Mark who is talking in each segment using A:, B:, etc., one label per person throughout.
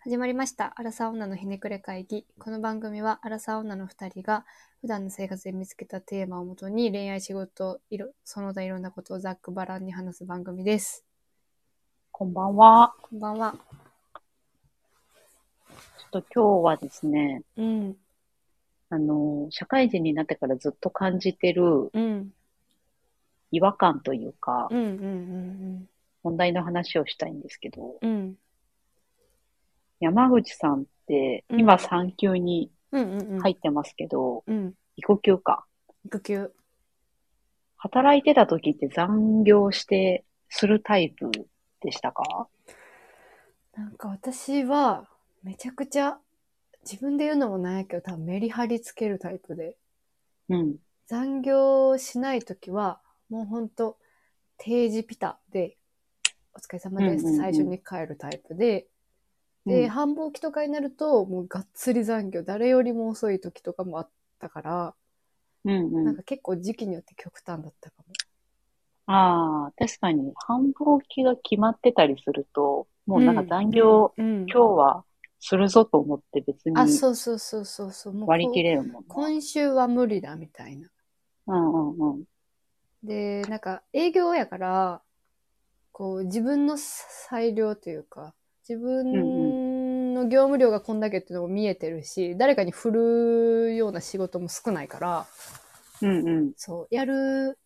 A: 始まりました。アラサー女のひねくれ会議。この番組は、アラサー女の二人が、普段の生活で見つけたテーマをもとに、恋愛、仕事、いろその他いろんなことをざっくばらんに話す番組です。
B: こんばんは。
A: こんばんは。
B: ちょっと今日はですね、
A: うん、
B: あの、社会人になってからずっと感じてる
A: うん、うん、
B: 違和感というか
A: う、ん、うん、
B: 問題の話をしたいんですけど、
A: うん、うん、
B: 山口さんって
A: うん
B: 今産休に
A: うん、うん、うん、
B: 入っ。てますけど、
A: うん、
B: 育休か。
A: 育休。
B: 働いてた時って残業してするタイプでしたか
A: なんか私は、めちゃくちゃ、自分で言うのもないけど、多分メリハリつけるタイプで。
B: うん。
A: 残業しないときは、もうほんと、定時ピタで、お疲れ様です。
B: うんうんうん
A: 最初に帰るタイプで、で、
B: うん
A: 繁忙期とかになると、もうがっつり残業、誰よりも遅い時とかもあったから、
B: うんう
A: なん
B: ん。
A: か結構時期によって極端だったかも。
B: ああ、確かに繁忙期が決まってたりすると、もうなんか残業、
A: うん。
B: 今日はするぞと思って別に
A: あ、そうそうそうそうそう。もうこ
B: 割り切れるもんね。
A: 今週は無理だみたいな。
B: うんうんうん。
A: で、なんか営業やから、こう自分の裁量というか、自分の業務量がこんだけっていうのも見えてるし、誰かに振るような仕事も少ないから、
B: うんうん。
A: そう、やる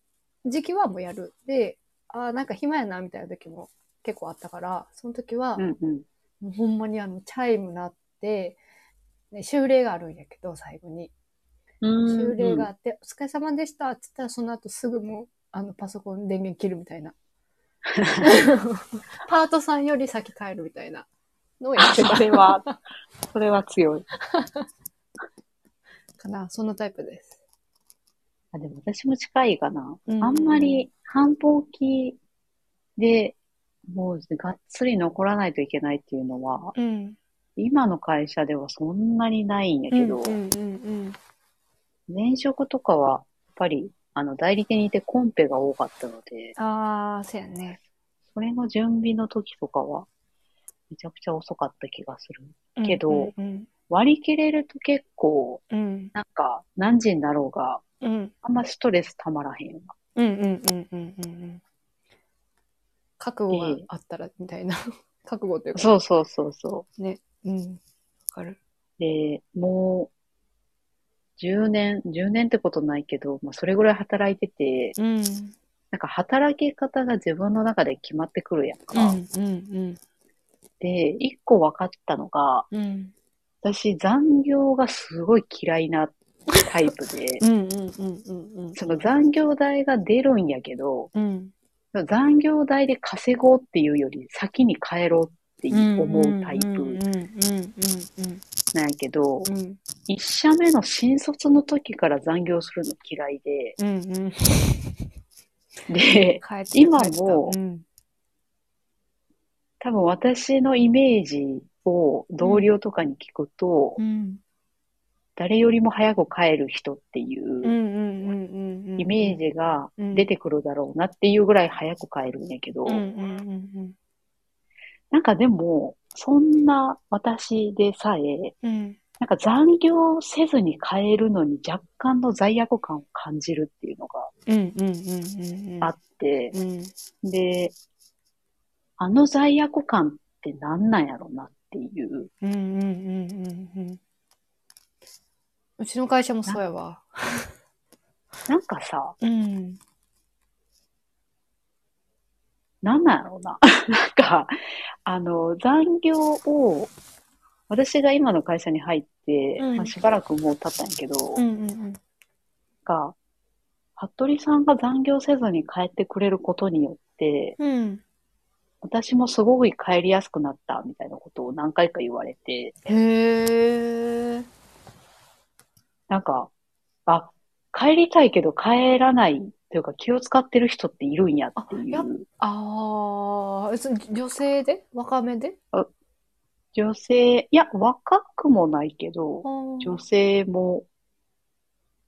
A: 時期はもうやる。で、あーなんか暇やなみたいな時も結構あったから、その時は、
B: うんうん。
A: もうほんまにあの、チャイム鳴って、ね、修例があるんやけど、最後に。修例があって、お疲れ様でしたって言ったら、その後すぐもう、あの、パソコン電源切るみたい な。パートさんより先帰るみたいなのをや
B: あ
A: って
B: そ
A: た
B: れは、それは強い。
A: かな。そのタイプです。
B: あ、でも私も近いかな。
A: うん
B: あんまり繁忙期で、もうがっつり残らないといけないっていうのは、
A: うん。
B: 今の会社ではそんなにないんやけど
A: う、んうん
B: 前職とかは、やっぱり、あの、代理店にいてコンペが多かったので、
A: うん。ああ、そうやね。
B: それの準備の時とかは、めちゃくちゃ遅かった気がする。けど
A: うん
B: 割り切れると結構、
A: うん
B: なんか、何時になろうが、
A: うん。うん
B: あんまストレスたまらへんわ。
A: うんうんうんうんうんうん。覚悟があったらみたいな。 覚悟というか。
B: そうそうそうそ
A: ね。うん。わかる。
B: う。で、もう、10年、10年ってことないけど、まあ、それぐらい働いてて、
A: うん。うん
B: なんか働き方が自分の中で決まってくるやん
A: う
B: か。
A: んうん
B: で、一個分かったのが、
A: うん。
B: 私残業がすごい嫌いなタイプで
A: う、んうんうんうんうん。
B: その残業代が出るんやけど、
A: うん。
B: 残業代で稼ごうっていうより先に帰ろうって思うタイプ
A: うんうんうん
B: なんやけど、
A: うんうん
B: 一社目の新卒の時から残業するの嫌いで、
A: うんうんうん。
B: で、
A: 帰ってた
B: 今
A: 帰ってた
B: も
A: うん
B: 多分私のイメージを同僚とかに聞くと、
A: うん
B: 誰よりも早く帰る人ってい
A: うんう
B: うん
A: うんうん
B: イメージが出てくるだろうなっていうぐらい早く帰るんやけど、
A: うんうんうん
B: なんかでも、そんな私でさえ、
A: うんうん
B: なんか残業せずに帰るのに若干の罪悪感を感じるっていうのが
A: うんうんうんうん
B: あって、
A: うん
B: で、あの罪悪感って何なんやろうなっていう。
A: うんうんうんうんうんうちの会社もそうやわ
B: なんかさ、
A: うん
B: 何なんやろうな。 なんか、あの、残業を、私が今の会社に入って、
A: うん
B: まあ、しばらくもう経ったんやけど、
A: うんうんうん
B: が、服部さんが残業せずに帰ってくれることによって、
A: うん
B: 私もすごい帰りやすくなったみたいなことを何回か言われて、
A: へえ
B: なんか、あ、帰りたいけど帰らないというか気を使ってる人っているんやってい
A: あやっ
B: う。
A: ああ女性で若めで
B: 女性、いや、若くもないけど、
A: 女
B: 女性も、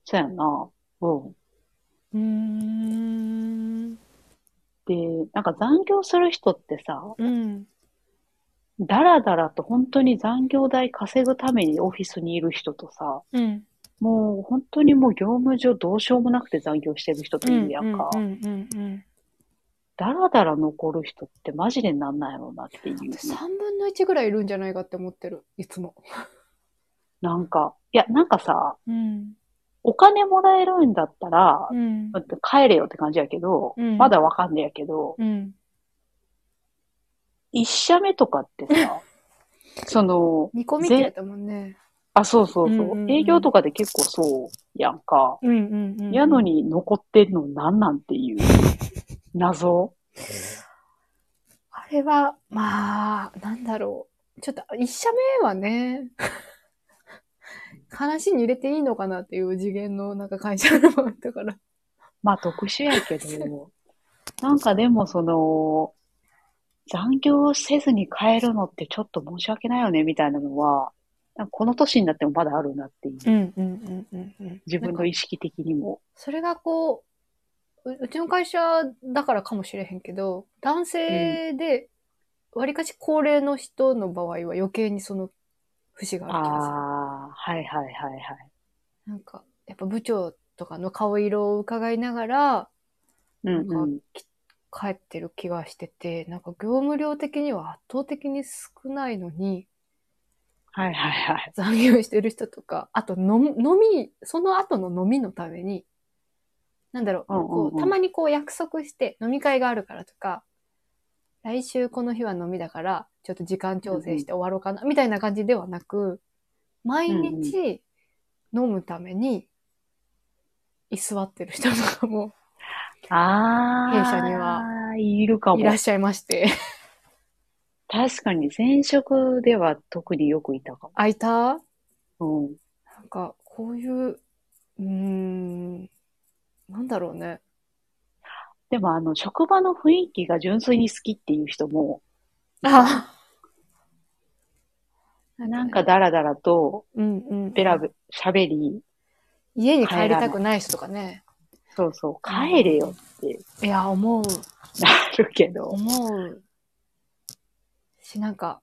B: そうやな、うん。
A: うーん
B: で、なんか残業する人ってさ、
A: うん
B: だらだらと本当に残業代稼ぐためにオフィスにいる人とさ、
A: うん。
B: もう本当にもう業務上どうしようもなくて残業してる人と
A: う
B: い
A: ん。
B: るやんか
A: う。んうんうん。
B: だらだら残る人ってマジでなんなんやろうなっていう。
A: 3分の1ぐらいいるんじゃないかって思ってる。いつも。
B: なんか、いや、なんかさ、
A: うん。
B: お金もらえるんだったら、
A: うん。
B: 帰れよって感じやけど、
A: うん
B: まだわかんねえやけど、
A: うん。
B: 一社目とかっ てさ、その、
A: 煮込み機やったもんね。
B: あ、そうそうそう、
A: うんうんうん
B: 営業とかで結構そうやんか。
A: うんうんうん。
B: やの。に残ってんのなんなん ていう、謎。
A: あれは、まあ、なんだろう。ちょっと、一社目はね、 話に入れていいのかなっていう次元のなんか会社でもあったから。
B: まあ特殊やけど、なんかでもその、残業せずに帰るのってちょっと申し訳ないよねみたいなのは、なんかこの年になってもまだあるなってい
A: ん
B: う。
A: うんうんうんうん。
B: 自分の意識的にも。
A: それがこう、ううちの会社だからかもしれへんけど、男性で、わりかし高齢の人の場合は余計にその節がある気がする。
B: ああ、はいはいはいはい。
A: なんか、やっぱ部長とかの顔色を伺いながら
B: うんうん。
A: 帰ってる気がしてて、なんか業務量的には圧倒的に少ないのに
B: はいはいはい。
A: 残業してる人とか、あと飲む飲み、その後の飲みのために、なんだろう、
B: うんうんうん
A: こうたまにこう約束して飲み会があるからとか、来週この日は飲みだから、ちょっと時間調整して終わろうかな、みたいな感じではなく、毎日飲むために、居座ってる人とかも
B: ああ、
A: 弊社には。
B: いるか
A: い
B: も
A: らっ。しゃいまして。
B: 確かに前職では特によくいたか
A: あいた
B: も。うん。
A: なんか、こういう、うーん、なんだろうね。
B: でもあの、職場の雰囲気が純粋に好きっていう人も、
A: あ
B: なんか、ダラダラと
A: うんうん。
B: ベラベ喋り、
A: 家に帰りたくない人とかね。
B: そうそう、帰れよって
A: いや、思う。
B: なるけど。
A: 思う。し、なんか、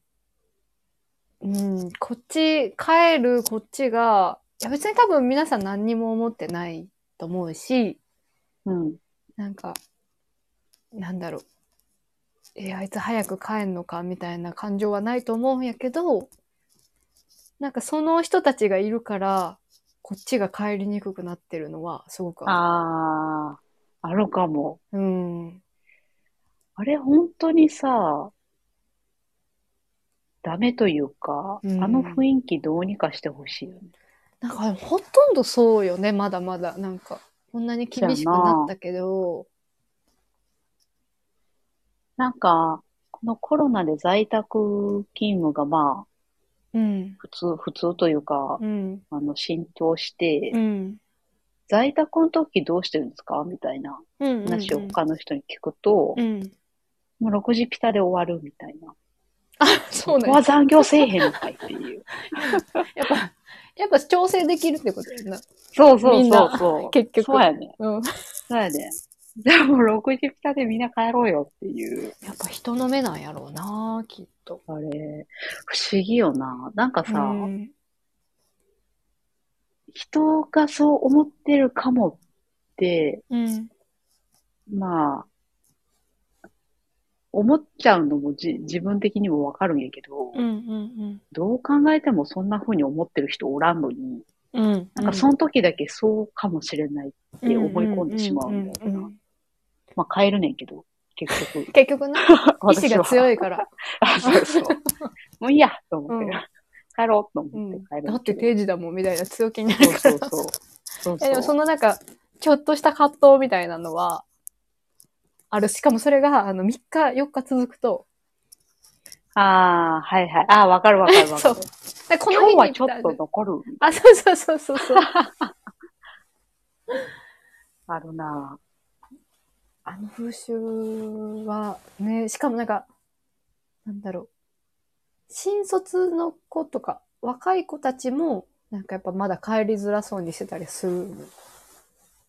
A: うん、こっち、帰るこっちが、いや別に多分皆さん何にも思ってないと思うし、
B: うん。
A: なんか、なんだろう。え、あいつ早く帰んのかみたいな感情はないと思うんやけど、なんかその人たちがいるから、こっちが帰りにくくなってるのはすごくあ
B: ああ、あるかも。
A: る。うん。
B: あれ、本当にさ、ダメというか、
A: うん
B: あの雰囲気どうにかしてほしいよね。
A: なんかほとんどそうよね、まだまだ。なんか、こんなに厳しくなったけど、
B: なんか、このコロナで在宅勤務がまあ、
A: うん。
B: 普通、普通というか、
A: うん。
B: あの、浸透して
A: う、ん。
B: 在宅の時どうしてるんですかみたいな
A: うん。
B: 話を他の人に聞くと
A: う、ん。
B: もう6時ピタで終わるみたいな。
A: あ、そう
B: ここ
A: ね。
B: は残業せえへんのかいって いう。
A: やっぱ、やっぱ調整できるってことやな。
B: そうそう
A: みん
B: そう
A: な
B: そう。
A: 結局
B: そうやね。
A: うん。
B: そうやね。じゃあもう6時ピタでみんな帰ろうよっていう。
A: やっぱ人の目なんやろうな、きっと。
B: あれ、不思議よな。なんかさ、
A: うん
B: 人がそう思ってるかもって、
A: うん。
B: まあ、思っちゃうのもじ自分的にもわかるんやけど、
A: うんうん
B: どう考えてもそんな風に思ってる人おらんのに、
A: うん。うん。。
B: なんかその時だけそうかもしれないって思い込んでしまうんだよな。まあ変えるねんけど、結局
A: 結局な、 意志が強いから。
B: あ、そ うそう。もういいやと思って、
A: うん
B: 帰ろうと
A: う
B: 思って
A: ん
B: 帰る、
A: だって定時だもんみたいな強気になる
B: そう
A: か
B: そ
A: ら。
B: うそう。そう
A: えでも
B: そ。
A: そうのなんか、ちょっとした葛藤みたいなのは、ある。しかもそれが、あの、3日、4日続くと、
B: ああ、はいはい。ああ、わかるわかる わか
A: そ
B: る
A: う。だからこ
B: 今日
A: の日
B: は
A: に
B: ちょっと残る。
A: あ、そうそうそうそうそう。
B: あるな
A: あの風習はね、しかもなんか、なんだろう。新卒の子とか、若い子たちも、なんかやっぱまだ帰りづらそうにしてたりする。
B: ぁ。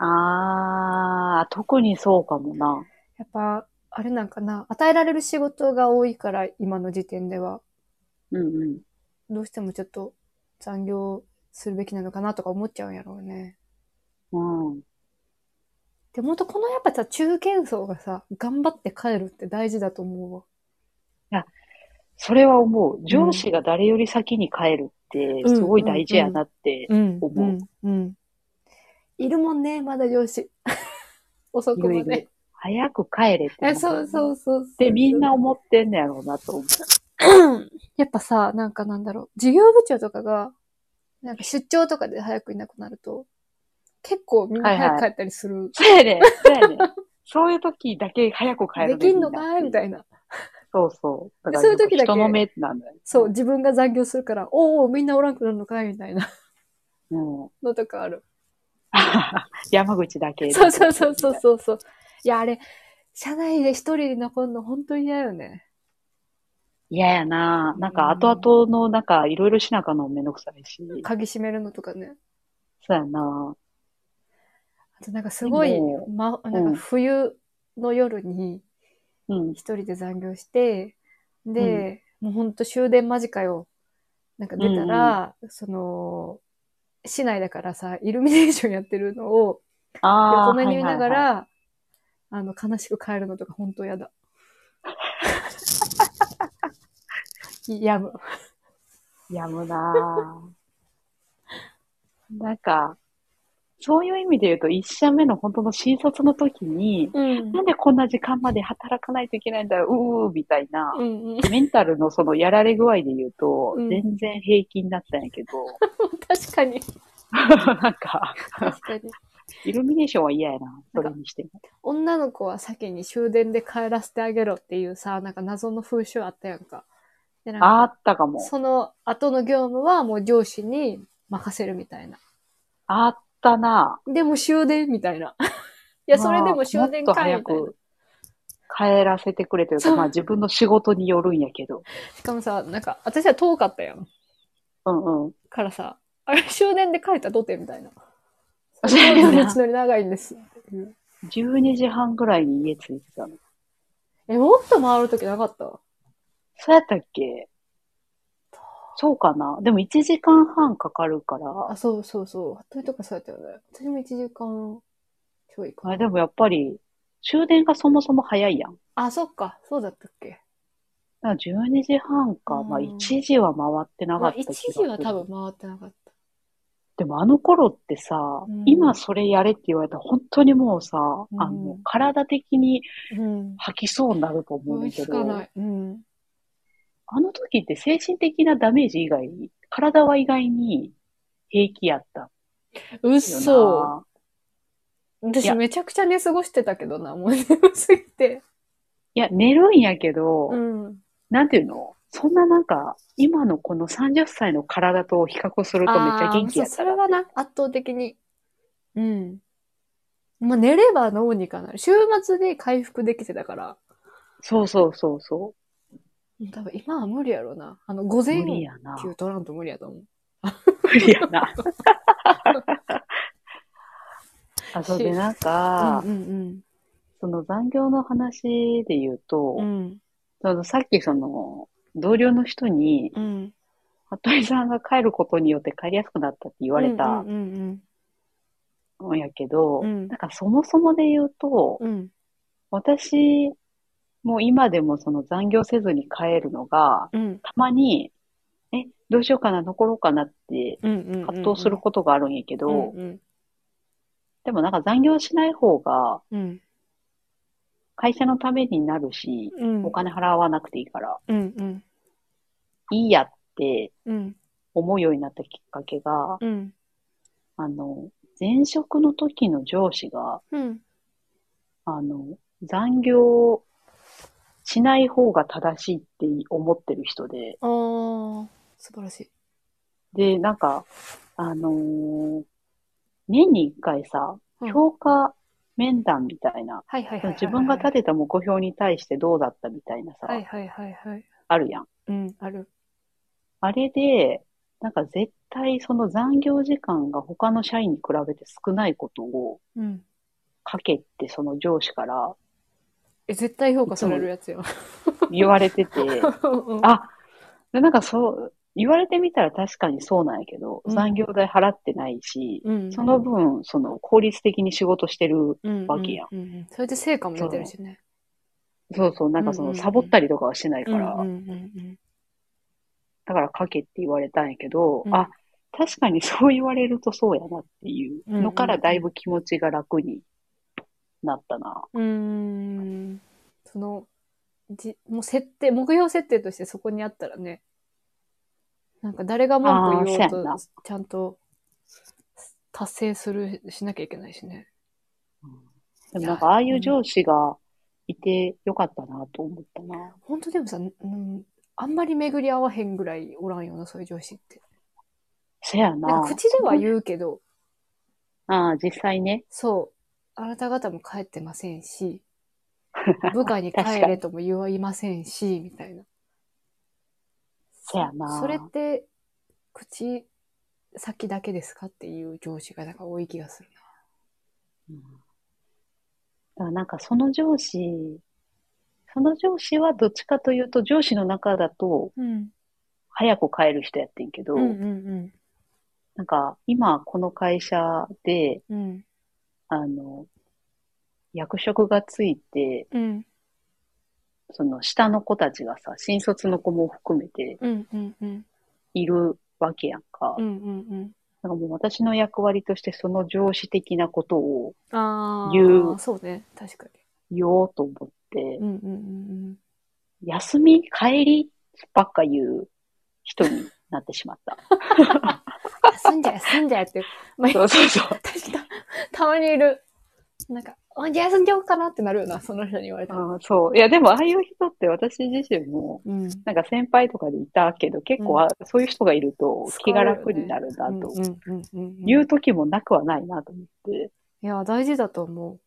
B: ああ、特にそうかもな。
A: やっぱ、あれなんかな、与えられる仕事が多いから、今の時点では。
B: うんうん。
A: どうしてもちょっと残業するべきなのかなとか思っちゃうんやろうね。
B: うん。
A: でもほんとこのやっぱさ、中堅層がさ、頑張って帰るって大事だと思うわ。
B: それは思う。上司が誰より先に帰るって、すごい大事やなって。
A: うん
B: 思う
A: うん。うん。いるもんね、まだ上司。 遅くま
B: いるい
A: で
B: る。早く帰れってな
A: え
B: る。
A: そうそうそうそう。
B: ってみんな思ってんねやろうなと思う。
A: やっぱさ、なんかなんだろう、事業部長とかが、なんか出張とかで早くいなくなると、結構みんな早く帰ったりする。
B: そうやねん。そうやねん。そういう時だけ早く帰るね
A: できんのかいみた
B: な。
A: いな。
B: そうそう。だから
A: そういう時だけ
B: 人の目なんだよ。
A: そう、。自分が残業するから、おーおー、みんなおらんくなるのかいみたいな
B: うん。
A: のとかある。
B: 山口だけ。
A: そうそうそうそうそうそう。いや、あれ、社内で一人で残るの本当に嫌よね。
B: 嫌やななんか後々の、なんかいろいろしなあかんのもめんどくさいし。
A: 鍵閉めるのとかね。
B: そうやな
A: あとなんかすごい
B: でも、
A: ま、なんか冬の夜に
B: うん。
A: 一人で残業して、で、もうほんと終電間近よ。なんか出たら、その、市内だからさ、イルミネーションやってるのを
B: ああ。
A: 横目に見ながら、
B: はいはいはい
A: あの、悲しく帰るのとか本当 やだ。やむ。
B: やむなぁ。 なんか、そういう意味で言うと、一社目の本当の新卒の時に、
A: うん
B: なんでこんな時間まで働かないといけないんだよ、うーみたいな、
A: うんうん。
B: メンタルのそのやられ具合で言うと、
A: うん
B: 全然平均だったん やけど、
A: 確か に。
B: なんか、
A: 確かに。
B: イルミネーションは嫌やな、それにしても。
A: 女の子は先に終電で帰らせてあげろっていうさ、なんか謎の風習あったやんか。で、なんか
B: あったかも。
A: その後の業務はもう上司に任せるみたいな。
B: あったな
A: でも終電みたいな。 い
B: い
A: や、それでも終電
B: もっと
A: かい
B: 早
A: みたいな。
B: く帰らせてくれという
A: そ
B: か、
A: う
B: まあ自分の仕事によるんやけど。
A: しかもさ、なんか私は遠かったやん。
B: うんうん。
A: からさ、 あれ終電で帰ったとてみたいな。
B: そうやな
A: 友達乗り長いん です。
B: 12時半ぐらいに家着いてたの。
A: え、もっと回るときなかった
B: そうやったっけそうかなでも1時間半かかるから
A: あ、。そうそうそう。服部とかそうやったよね。私も1時間ちょいか
B: あ
A: な。
B: でもやっぱり終電がそもそも早いやん。
A: あ、そっか。そうだったっけ。
B: だから12時半か、
A: うん
B: まあ1時は回ってな
A: ま
B: か
A: あ、
B: った気
A: 1
B: がす
A: 時
B: る。
A: は多分回ってなかった。
B: でもあの頃ってさ、
A: うん
B: 今それやれって言われたら本当にもうさ、
A: ん
B: あの、体的に
A: うん。
B: 吐きそうになると思う
A: 追
B: ねん
A: い
B: だけ
A: つ
B: ど、
A: かない。うん。
B: あの時って精神的なダメージ以外に、体は意外に平気やった
A: うっ
B: よな。
A: そ。
B: い
A: 私
B: や
A: めちゃくちゃ寝過ごしてたけどな、もう眠すぎて。
B: いや、寝るんやけど、
A: うん。
B: なんていうのそんななんか、今のこの30歳の体と比較するとめっちゃ元気や
A: あーそうそ
B: ったら
A: れはな、圧倒的に。うん。まあ、寝れば脳にかなる。週末で回復できてたから。
B: そうそうそうそ
A: 多分今は無理やろうな。あの、午
B: う。
A: 前
B: 無理やな。
A: 休取らんと無理やと思う。
B: 無理や な。あ、そうでなんか
A: う、ん
B: その残業の話で言うと、
A: うんうん。
B: そのさっきその、同僚の人に、
A: うん。うん。
B: 服部さんが帰ることによって帰りやすくなったって言われた
A: うんうん
B: んやけど、
A: うん
B: なんかそもそもで言うと、
A: うん。うん。
B: 私も今でもその残業せずに帰るのが、
A: うん。
B: たまに、え、どうしようかな、残ろうかなって
A: うんうんうん。
B: 葛藤することがあるんやけど、
A: うんうん
B: でもなんか残業しない方が
A: うん。
B: 会社のためになるし、
A: うん。
B: お金払わなくていいから、
A: うんうん。
B: いいやって
A: うん。
B: 思うようになったきっかけが、
A: うん。
B: あの、前職の時の上司が、
A: うん。
B: あの、残業しない方が正しいって思ってる人で、
A: あー、素晴らしい。
B: で、なんか、あのー年に一回さ、
A: うん
B: 評価面談みたいな、
A: はいはいはいはいはい。
B: 自分が立てた目標に対してどうだったみたいなさ、
A: はいはいはいはい。
B: あるやん。
A: うん、ある。
B: あれで、なんか絶対その残業時間が他の社員に比べて少ないことを
A: うん。
B: かけってその上司から
A: え、絶対評価されるやつや。
B: 言われてて、
A: うん
B: あ、で、なんかそう、言われてみたら確かにそうなんやけど、
A: うん
B: 残業代払ってないし、
A: うん
B: その分、その効率的に仕事してる。わけや
A: うんうんうん。それで成果も出てるしね。
B: そうそう、なんかそ
A: うんう
B: の
A: んうん
B: サボったりとかはしてない
A: だ
B: から、
A: うんうんうん
B: だから書けって言われたんやけど、
A: うん
B: あ、確かにそう言われるとそうやなっていうのか
A: う
B: ら
A: んうんうん
B: だいぶ気持ちが楽になったな。
A: うん。うーん。その、じもう設定、目標設定としてそこにあったらね、なんか誰が文句言お
B: あ
A: う
B: ーそうやんな
A: と、ちゃんと達成する、しなきゃいけないしね。
B: でもなんかああいう上司がいてよかったなと思ったな。
A: 本当でもさ、うん、あんまり巡り合わへんぐらいおらんよな、そういう上司って。
B: せやな。
A: なんか口では言うけど、
B: ああ、実際ね。
A: そう。あなた方も帰ってませんし、部下に帰れとも言いませんし、みたいな。
B: せやな
A: それって、口先だけですかっていう上司がなんか多い気がする
B: うんだからなんかその上司、その上司はどっちかというと上司の中だと
A: な。うん。
B: 早く帰る人やってんけど、
A: うんうん
B: なんか今この会社で、
A: うん。うん。
B: あの、役職がついて、
A: うん
B: その下の子たちがさ、新卒の子も含めて
A: うんうんうん。
B: いるわけやんか。
A: うんうん
B: なんかもう私の役割としてその上司的なことを
A: うん。ああ。
B: 言う
A: そうね。確か
B: 言おうと思って
A: に。う、んうんうん
B: 休み帰りばっか言う人になってしまった。
A: うん。休んじゃえ休んじゃえって。まあ、
B: そうそうそう。
A: 確か、たまにいる。なんか、あじゃあ休んじゃおうかなってなるよな、その人に言われたら。
B: あーそう。いや、でもああいう人って私自身も、
A: うん。
B: なんか先輩とかでいたけど、結構あ、そういう人がいると気が楽になるなと。
A: うんうんうんうん、
B: 言
A: いう
B: 時もなくはないなと思って。
A: や、大事だと思う。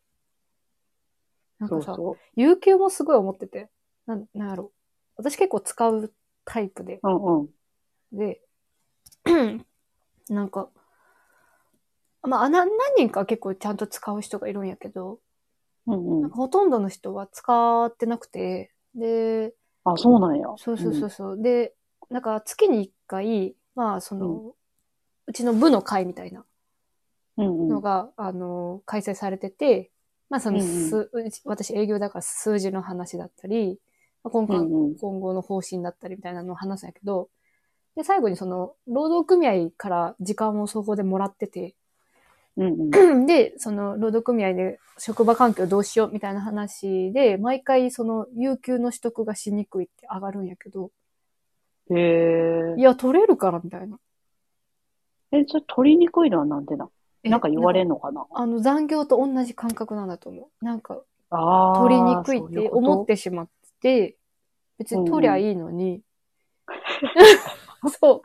A: なん
B: そ
A: かさ、
B: うそ
A: 有給もすごい思ってて、なん、なんやろ。私結構使うタイプで、
B: う。うんうん。
A: で、 なんか、まあ、あな何人かは結構ちゃんと使う人がいるんやけど、
B: うんう
A: なん
B: ん。
A: かほとんどの人は使ってなくて、で、
B: あ、そうなんや。
A: そうそうそうそう。で、なんか月に一回、まあその、うちの部の会みたいな
B: うん。うんう
A: の
B: ん。
A: が、あの、開催されてて、まあその、
B: うんうん
A: すうち私営業だから数字の話だったり、まあ今回、
B: うんうん
A: 今後の方針だったりみたいなのを話すんやけど、で、最後にその、労働組合から時間をそこでもらってて、
B: うんうん。
A: で、その、労働組合で職場環境どうしようみたいな話で、毎回その、有給の取得がしにくいって上がるんやけど、
B: へ
A: い
B: え。
A: や、取れるからみたいな。
B: え、ちょっと取りにくいのはなんでな。
A: え
B: なんか言われんのかな。
A: あの、残業と同じ感覚なんだと思う。なんか、
B: ああ。
A: 取りにくいっ
B: そうい
A: て
B: うこと
A: 思ってしまって、別に取りゃいいのに。 そう。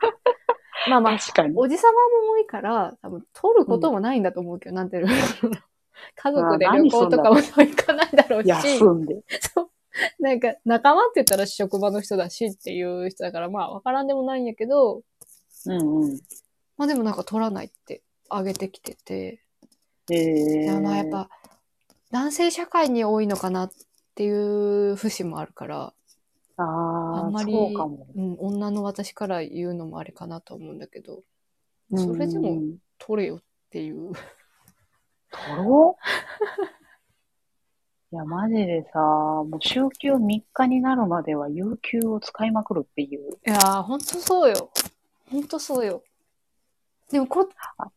A: まあまあ、
B: 確かに。
A: おじさまも多いから、多分取ることもないんだと思うけど、なんて いうの家族で
B: あー
A: 旅行とかも行かないだろうし、
B: 休んで。
A: そう。なんか、仲間って言ったら職場の人だしっていう人だから、まあ、わからんでもないんやけど、
B: うんうん。
A: まあでもなんか取らないって、あげてきてて。
B: へえ。
A: いやまあやっぱ男性社会に多いのかなっていう節もあるから、
B: あ
A: あ
B: あ
A: んまり
B: そうかも。
A: うん、女の私から言うのもあれかなと思うんだけどそれで
B: う
A: も
B: ん。
A: 取れよっていう。
B: 取ろういや、マジでさ、もう週休3日になるまでは有給を使いまくるってい
A: い
B: う。
A: やーほんとそうよ。ほんとそうよ。でもこ、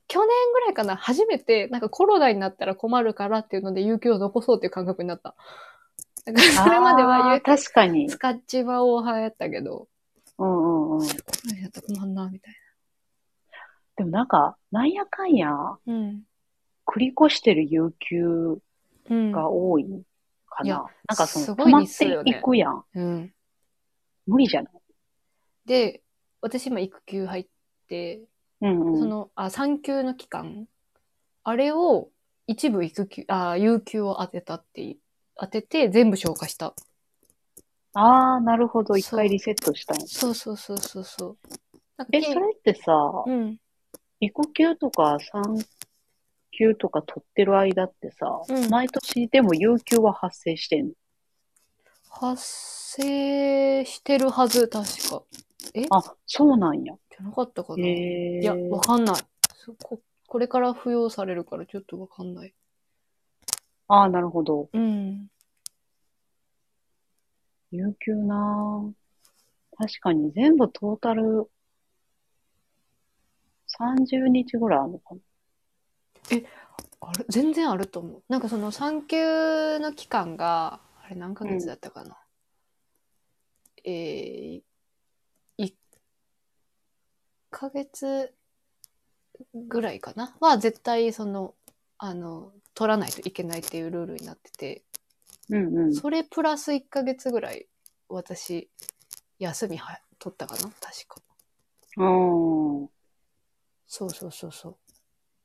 A: 去年ぐらいかな、初めて、なんかコロナになったら困るからっていうので、有給を残そうっていう感覚になった。だからそれまでは
B: あ
A: 有
B: ー確かに
A: 給。使っちまおう派やったけど、
B: うんうんうん。
A: コロナになったら困んな、みたい
B: でもなんか、なんやかんや、
A: な。うん。
B: 繰り越してる有給
A: うん。
B: が多いか
A: い
B: な。
A: や
B: なんかその、
A: す
B: 止
A: ごい
B: ま
A: 日
B: っ
A: 数よ
B: て
A: ね
B: いくやん。
A: うん
B: 無理じゃない
A: で、私今育休入って、
B: うんうん。
A: その、あ、産休の期間、あれを一部育休、あ、有給を当てたっていう、当てて全部消化した。
B: ああ、なるほど。一
A: そう
B: 回リセットしたんや。
A: そうそうそうそうそう。なんか
B: え、
A: き
B: それってさ、
A: うん。
B: 育休とか産休とか取ってる間ってさ、
A: うん
B: 毎年でも有給は発生してんの
A: 発生してるはず、確か。えじ
B: あ、そうなんや。
A: ゃなかったか
B: へ
A: な、
B: え。
A: いや、わかんない。そこ、これから付与されるからちょっとわかんない。
B: ああ、なるほど。
A: うん。
B: 有給なぁ確かに全部トータル30日ぐらいあるのかな。
A: あれ全然あると思う。なんかその産休の期間が、あれ何ヶ月だったかな。えー、1ヶ月ぐらいかな。は絶対その、あの、取らないといけないっていうルールになってて、
B: うんうん。
A: それプラス1ヶ月ぐらい私、休みは取ったかな確か。
B: うん。
A: そうそうそうそう。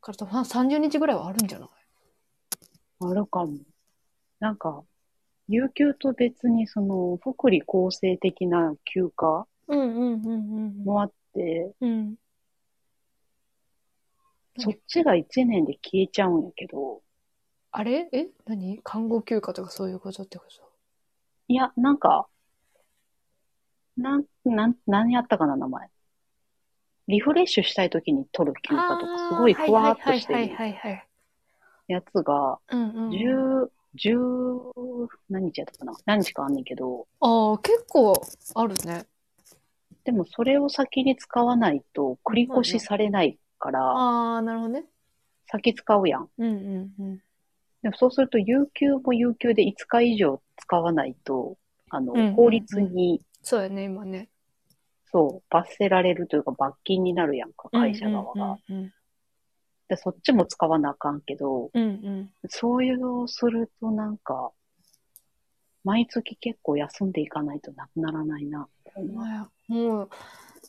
A: から多分30日ぐらいはあるんじゃない
B: あるかも。なんか、有給と別にその、福利厚生的な休暇
A: うんうんうん
B: もあって、
A: うん。うん。
B: そっちが1年で消えちゃうんやけど、
A: あれえ何看護休暇とかそういうことってこと
B: いや、なんか、なん、なん、何やったかな、名前。リフレッシュしたい時に取る休暇とか、すごいふわーっとして
A: はい
B: る
A: はいはいはいはい。
B: やつが、
A: うんうん。
B: 10、10何日やったかな何日かあんねんけど、
A: ああ、結構あるね。
B: でもそれを先に使わないと繰り越しされないから、
A: ああ、なるほどね。
B: 先使うやん。
A: うんうんうん。
B: でもそうすると、有給も有給で5日以上使わないと、あ
A: うんうんう
B: の、
A: ん
B: 法律に、
A: そうやね、今ね。
B: そう、罰せられるというか罰金になるやんか、会社側が。
A: うんうん
B: で、そっちも使わなあかんけど、
A: うん。うんうん。
B: そういうのをするとなんか、毎月結構休んでいかないとなくならないな、みたい
A: お
B: な
A: 前もう、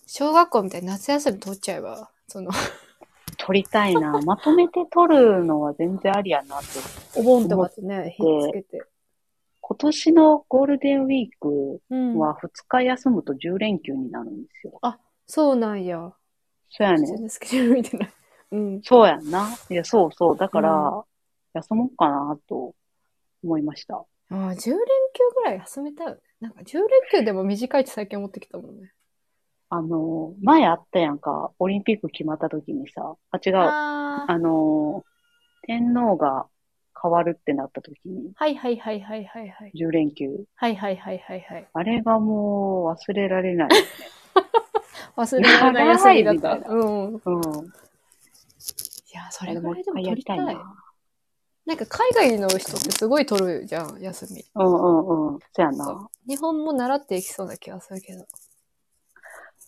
A: 小学校みたいに夏休み取っちゃえば、その、
B: 取りたいな。まとめて取るのは全然ありやなって。
A: お盆とかとね、火つけて。
B: 今年のゴールデンウィーク
A: うん。
B: は2日休むと10連休になるんですよ。
A: そうなんや。
B: そうやね
A: 全。然スケジュール見てない。うん。
B: そうやんな。いや、そうそう。だから、
A: う
B: 休もうかなと思いました。
A: ああ、10連休ぐらい休めたよね。なんか10連休でも短いって最近思ってきたもんね。
B: あの、前あったやんか、オリンピック決まった時にさ、あ、違う。あ
A: ああ。
B: の、天皇が変わるってなった時に
A: はいはいはいはいはいはい。
B: 10連休。
A: はいはいはいはいはい。
B: あれがもう忘れられない。
A: 忘れられない休みだっ
B: やば
A: た。
B: いみたい
A: うん。い
B: うん。
A: や、そ
B: あ
A: れ
B: れ
A: ぐ
B: もう
A: らい
B: 一
A: でも
B: 回
A: 取
B: や
A: り
B: り
A: た
B: た
A: い。
B: いな。
A: なんか海外の人ってすごい取るじゃん、休み。
B: うんうんうん。そやな。
A: 日本も習っていきそうな気がするけど。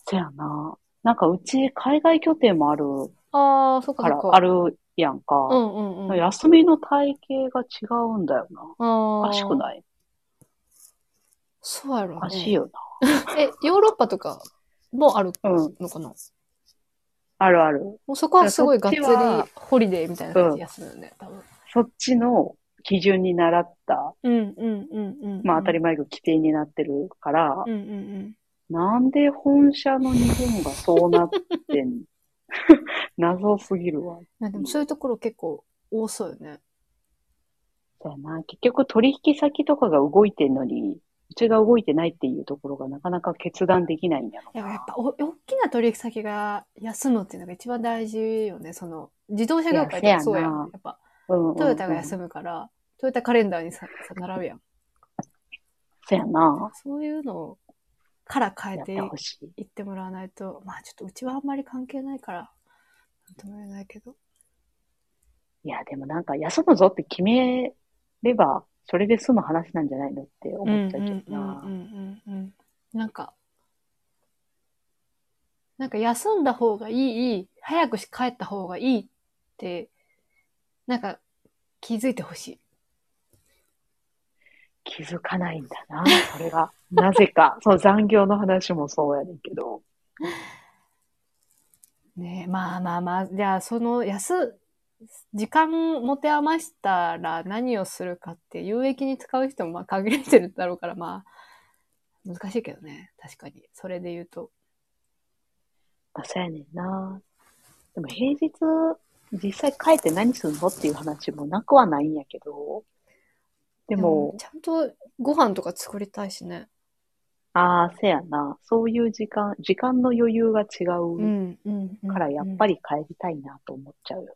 B: そやな。なんかうち海外拠点もある
A: ああ、そっか
B: か
A: そ
B: ら
A: っ、か。
B: あるやん
A: う
B: か。
A: んうんうん。
B: 休みの体系が違うんだよな。お
A: あ
B: かしく
A: い
B: ない
A: そうやろ、ね。
B: おかしいよ
A: え、ヨーロッパとかもある
B: な。うん。
A: のかな
B: あるある。
A: もうそこはすごいがっつり
B: いやそっちは
A: ホリデーみたいな感じで休むよね、多分。
B: そっちの基準に習った、
A: うんうんうんうん。
B: まあ当たり前が規定になってるから、
A: 前。うんうんうん。
B: なんで本社の日本がそうなってん 謎すぎるわ。
A: まあでもそういうところ結構多そうよね。
B: そうやな。結局取引先とかが動いてんのに、うちが動いてないっていうところがなかなか決断できないんやろ
A: いや、
B: な。
A: やっぱお、大きな取引先が休むっていうのが一番大事よね。その、自動車業界
B: い
A: で
B: や
A: もそうやん。
B: せ
A: や
B: やな
A: っぱ、
B: うんうんうん
A: トヨタが休むから、トヨタカレンダーにさ、さ並ぶやん。
B: そうやな。
A: そういうのから変え
B: やっててほし
A: い
B: い。
A: ってもらわないと、まあちょっとうちはあんまり関係ないから、なんとも言えないけど。
B: いや、でもなんか、休むぞって決めれば、それで済む話なんじゃないのって思っちゃう
A: う
B: けど
A: ん
B: な。
A: うんうんうんうんなんか、なんか休んだ方がいい、早くし帰った方がいいって、なんか気づいてほしい。
B: 気づかないんだな、それが。なぜか。そう、残業の話もそうやねんけど。
A: ねえ、まあまあまあ、じゃあその安、時間持て余したら何をするかって有益に使う人もまあ限られてるだろうから、まあ、難しいけどね。確かに。それで言うと。
B: まあ、そうやねんな。でも平日、実際帰って何するのっていう話もなくはないんやけど。で
A: で
B: も、
A: ちゃんとご飯とか作りたいしね。
B: ああ、せやな。そういう時間、時間の余裕が違ううから、やっぱ
A: り。
B: り帰りたいなと思っちゃうよ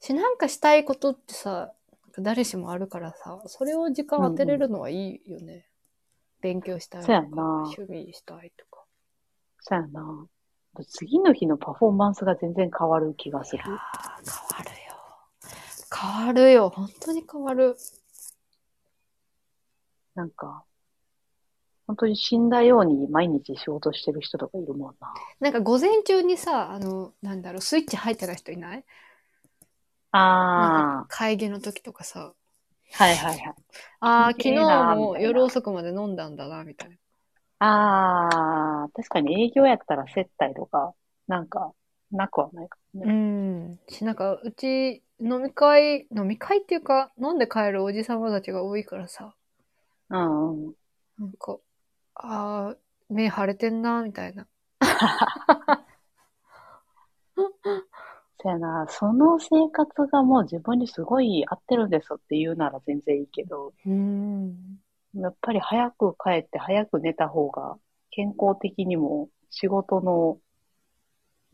A: し、なんかしたいことってさ、なんか誰しもあるからさ、それを時間当てれるのはいいよね。勉強したいと
B: そう
A: か
B: やん、な
A: 趣味したいとか。
B: な。せやな。次の日のパフォーマンスが全然変わる気がする。
A: ああ、変わるよ。変わるよ。本当に変わる。
B: なんか、本当に死んだように毎日仕事してる人とかいるもんな。
A: なんか午前中にさ、あの、なんだろう、スイッチ入ってない人いないなんか
B: ああ、
A: 会議の時とかさ、
B: はいはいはい。
A: ああ、
B: す
A: 昨
B: げえ
A: 日
B: なみ
A: も
B: たいな
A: 夜遅くまで飲んだんだな、みたいな。
B: ああ、確かに営業やったら接待とか、なんか、なくはないかも
A: う
B: ね。
A: ん。し、なんか、うち、飲み会、飲み会っていうか、飲んで帰るおじさまたちが多いからさ、
B: うんうん。
A: なんか、ああ、目腫れてんな、みたいな。
B: そやな、その生活がもう自分にすごい合ってるんですって言うなら全然いいけど、
A: うん。
B: やっぱり早く帰って早く寝た方が健康的にも仕事の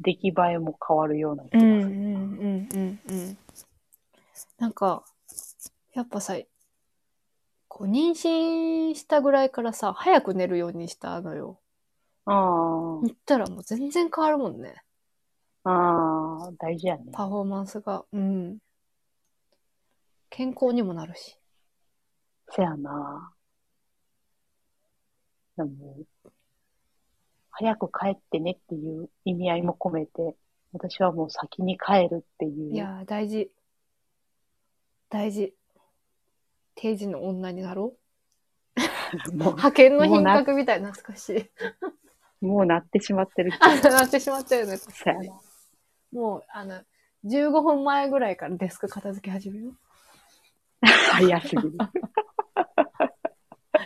B: 出来栄えも変わるような気
A: うん、
B: がす
A: う
B: る
A: ん、う。ん、うん、うん。なんか、やっぱさ、こう、妊娠したぐらいからさ、早く寝るようにしたのよ。
B: あ
A: 言ったらもう全然変わるもんね。
B: あ、ああ、大事やね。
A: パフォーマンスが。うん。健康にもなるし。
B: せやな。でも、早く帰ってねっていう意味合いも込めて、私はもう先に帰るっていう。
A: いやー、大事。大事。定時の女になろう。
B: も
A: 派遣の
B: もう
A: 品
B: な
A: 格みたい、懐かしい。
B: う、もうなってしまってるけど
A: あ、 なってしまったよね。
B: せやな。
A: もう、あの、15分前ぐらいからデスク片付け始めよう。
B: 早すぎる。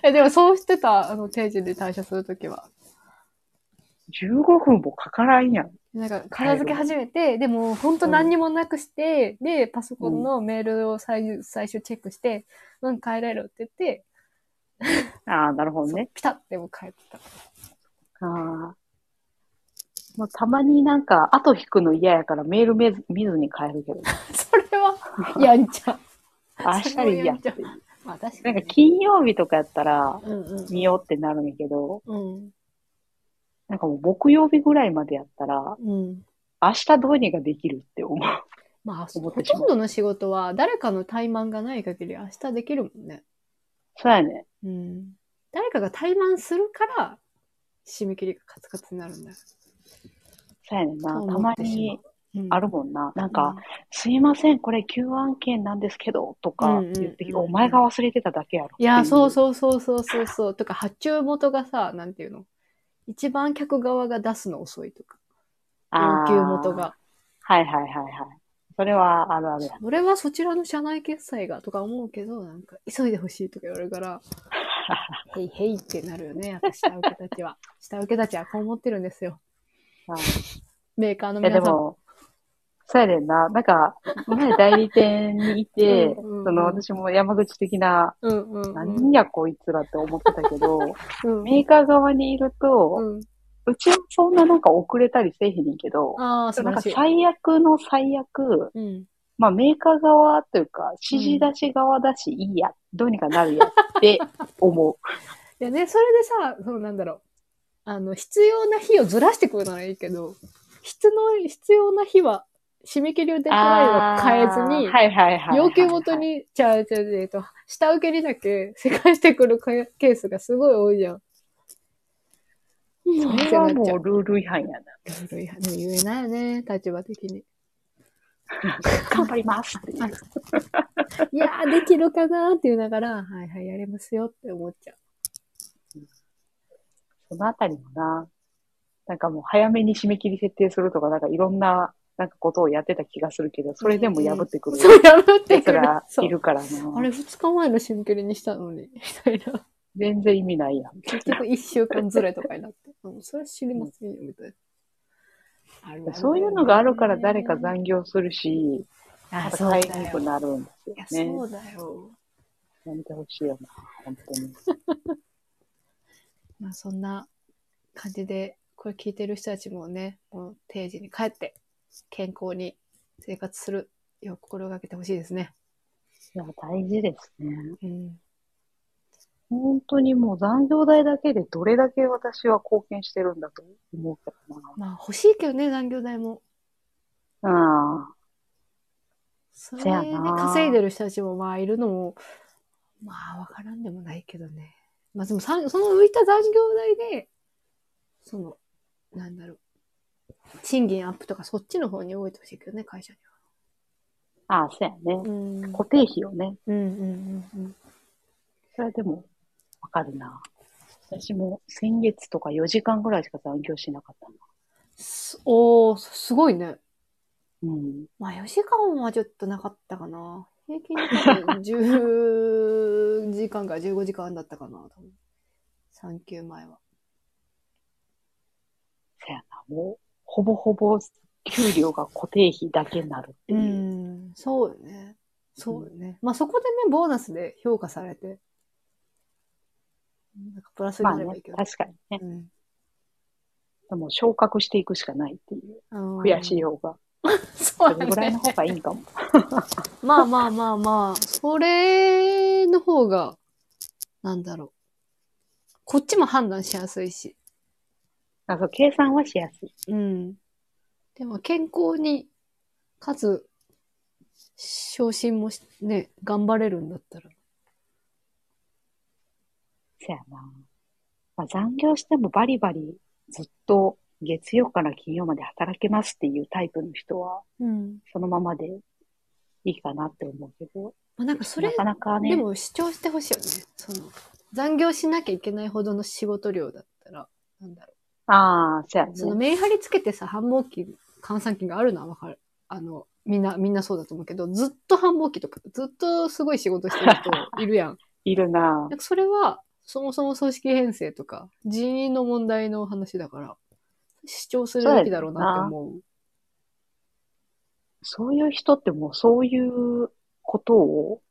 A: え、でもそうしてた、あの、定時で退社するときは。
B: 15分もかからんやん。
A: なんか、片付け始めて、でも、本当何にもなくして、で、パソコンのメールを最終最終チェックして、うん、帰れるって言って、
B: ああ、なるほどね。
A: ピタッてもう帰ってた。
B: ああ。まあ、たまになんか、後引くの嫌やからメール見ず見ずに帰るけ ど、
A: それ は、やんち ゃ。
B: 明日でいいやっていう。
A: まあ確か
B: なん
A: に
B: か。金曜日とかやったら、
A: うんうん。
B: 見ようってなるんやけど、
A: うん。
B: なんかもう木曜日ぐらいまでやったら、
A: うん。
B: 明日どうにかできるって思う。
A: まあ、
B: 思
A: ほ
B: ってしまう
A: とんどの仕事は誰かの怠慢がない限り明日できるもんね。
B: そうやね。
A: うん。誰かが怠慢するから、締め切りがカツカツになるんだよ。
B: そうやねんな。
A: そう
B: た
A: 思
B: ま
A: ってしまう
B: にあるもんな。なんか、、すいません、これ旧案件なんですけど、とか言って、
A: うんうんうんうん
B: お前が忘れてただけやろ。
A: いや、そう
B: う。
A: そうそうそうそうそう。とか、発注元がさ、なんていうの一番客側が出すの遅いとか。
B: あ
A: 要
B: ー
A: 求元。が。
B: はいはいはいはい。それはあるあるや。
A: それはそちらの社内決済がとか思うけど、なんか、急いでほしいとか言われる から、へいへいってなるよね、やっぱ下請けたちは。下請けたちはこう思ってるんですよ。
B: はい
A: メーカーの
B: いや、
A: 皆
B: で
A: さん。
B: も、そうやねんな。なんか、前代理店にいて、
A: うんうんうん
B: その、私も山口的な、
A: うんうんうん。
B: 何やこいつらって思ってたけど、
A: うん
B: メーカー側にいると、
A: うん、
B: うちはそんななんか遅れたりせえへんねんけど、
A: ああ、素
B: なん
A: 晴
B: から
A: しい。
B: 最悪の最悪、
A: うん、
B: まあメーカー側というか、指示出し側だし、いいや、どうにかなるやって思 う。
A: いやね、それでさ、そのなんだろう。あの、必要な日をずらしてくるならいいけど、必の、必要な日は、締め切りをデッドラインを変えずに、
B: はいはいはい。
A: 要求元。に、じゃあ、じゃあ、えっと、下請けにだけせかしてくるケースがすごい多いじゃん。
B: そ
A: そ
B: れはもうルール違反 やな。
A: う、いやでも言えないよね、立場的に。
B: 頑張りますっていう。
A: あいやー、できるかなーって言いながら、はいはい、やりますよって思っちゃう。
B: そのあたりもな、なんかもう早めに締め切り設定するとか、なんかいろんな、なんかことをやってた気がするけど、それでも破ってくる
A: そう、やぶって
B: 奴
A: くる。
B: ら
A: そう
B: いるからな。
A: あれ、二日前の締め切りにしたのに、みたいな。
B: 全然意味ないやん。
A: 結局一週間ずれとかになって。 うん、それは知りませんよ、みたいな。あるあるだよね
B: そういうのがあるから誰か残業するし、
A: あ、そうだ
B: 戦いにく
A: よ。
B: なるんで
A: いや、
B: すよね。
A: そうだよ。
B: やめてほしいよな、本当に。
A: まあそんな感じで、これ聞いてる人たちもね、もう定時に帰って、健康に生活するよう心がけてほしいですね。
B: いや、大事ですね。
A: うん。
B: 本当にもう残業代だけでどれだけ私は貢献してるんだと思うけど
A: まあ欲しいけどね、残業代も。
B: な。あ
A: それ
B: せ
A: で
B: やな
A: 稼いでる人たちもまあいるのも、まあわからんでもないけどね。まあでもさんその浮いた残業代で、その、なんだろう。賃金アップとかそっちの方に動いてほしいけどね、会社には。
B: あ。ああ、そうやね。
A: うん。うん
B: 固定費をね。
A: うんうんうん。
B: それでも、わかるな。私も先月とか4時間ぐらいしか残業しなかったな。
A: すおー、すごいね。
B: うん。
A: まあ4時間はちょっとなかったかな。平均で多分10時 間から15時間だったかな、多分。産休前は。
B: せやな。もう、ほぼほぼ給料が固定費だけになるって
A: う
B: いう。
A: ん、そうよね。そうよね。まあそこでね、ボーナスで評価されて、なんかプラスに
B: まあ
A: なれば
B: ね
A: いいけ、ど。
B: 確かにね。
A: うん
B: でも昇格していくしかないっていう。
A: うん
B: 悔しい方が。
A: そう
B: それ
A: や
B: ぐらい
A: ね
B: の。方がいい かも。
A: まあまあまあまあ、それの方が、なんだろう。こっちも判断しやすいし。
B: あそう計算はしやすい。
A: うん。でも健康に、かつ、昇進もしね、頑張れるんだったら。
B: せやな。まあ、残業してもバリバリずっと月曜から金曜まで働けますっていうタイプの人は、
A: うん。
B: そのままでいいかなって思うけど、
A: まあなんかそれ
B: なかなか
A: で
B: ね、
A: も主張してほしいよね。その、残業しなきゃいけないほどの仕事量だったら、なんだろ
B: ああ、せや
A: う。その
B: ね。
A: メリハリつけてさ、繁忙期、閑散期があるのはわかる。あの、みんな、みんなそうだと思うけど、ずっと繁忙期とか、ずっとすごい仕事してる人いるやん。
B: いるな
A: なんかそれは、そもそも組織編成とか、人員の問題の話だから、主張するべきだろうなって思う。
B: そういう人ってもうそういうことを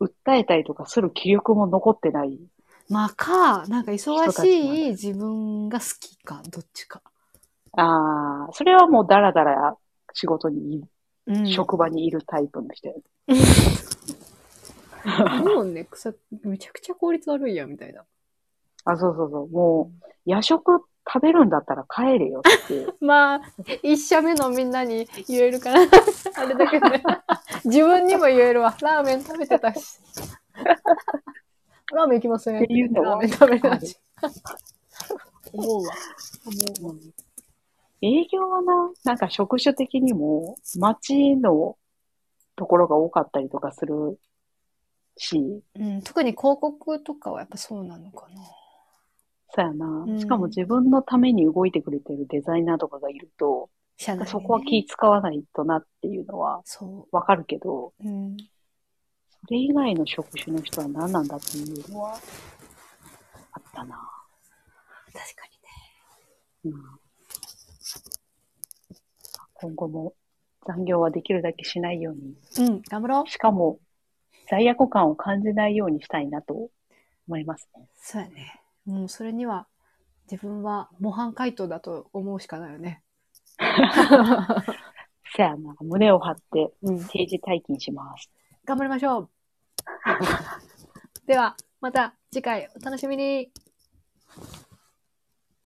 B: 訴えたりとかする気力も残ってない。
A: まあか、なんか忙
B: 人たちなん
A: しい自分が好きか、どっちか。
B: ああ、それはもうダラダラ仕事にい、
A: うん
B: 職場にいるタイプの人やね
A: もうね、草、めちゃくちゃ効率悪いやん、みたいな。
B: あ、そうそうそう。もう、夜食食べるんだったら帰れよっ ていう。
A: まあ、一社目のみんなに言えるから、 あれだけどね。 自分にも言えるわ。ラーメン食べてたし。ラーメン行きません。
B: っていうのは
A: ラーメン食べてたし。思うわ。
B: 営業はな、なんか職種的にも、街のところが多かったりとかするし、
A: うん、特に広告とかはやっぱそうなのかな。
B: さやな
A: う。ん
B: しかも自分のために動いてくれてるデザイナーとかがいると、
A: 社内、ね。
B: そこは気使わないとなっていうのは
A: そ
B: わかるけど、
A: う。うん。
B: それ以外の職種の人は何なんだっていうのは、あったな。
A: 確かにね。
B: うん今後も残業はできるだけしないように、
A: うん、頑張ろう。
B: しかも罪悪感を感じないようにしたいなと思いますね。
A: そうやね。もうそれには、自分は模範回答だと思うしかないよ ね。
B: せやな、胸を張って
A: うん。
B: 定時退勤します。
A: 頑張りましょう。では、また次回お楽しみに。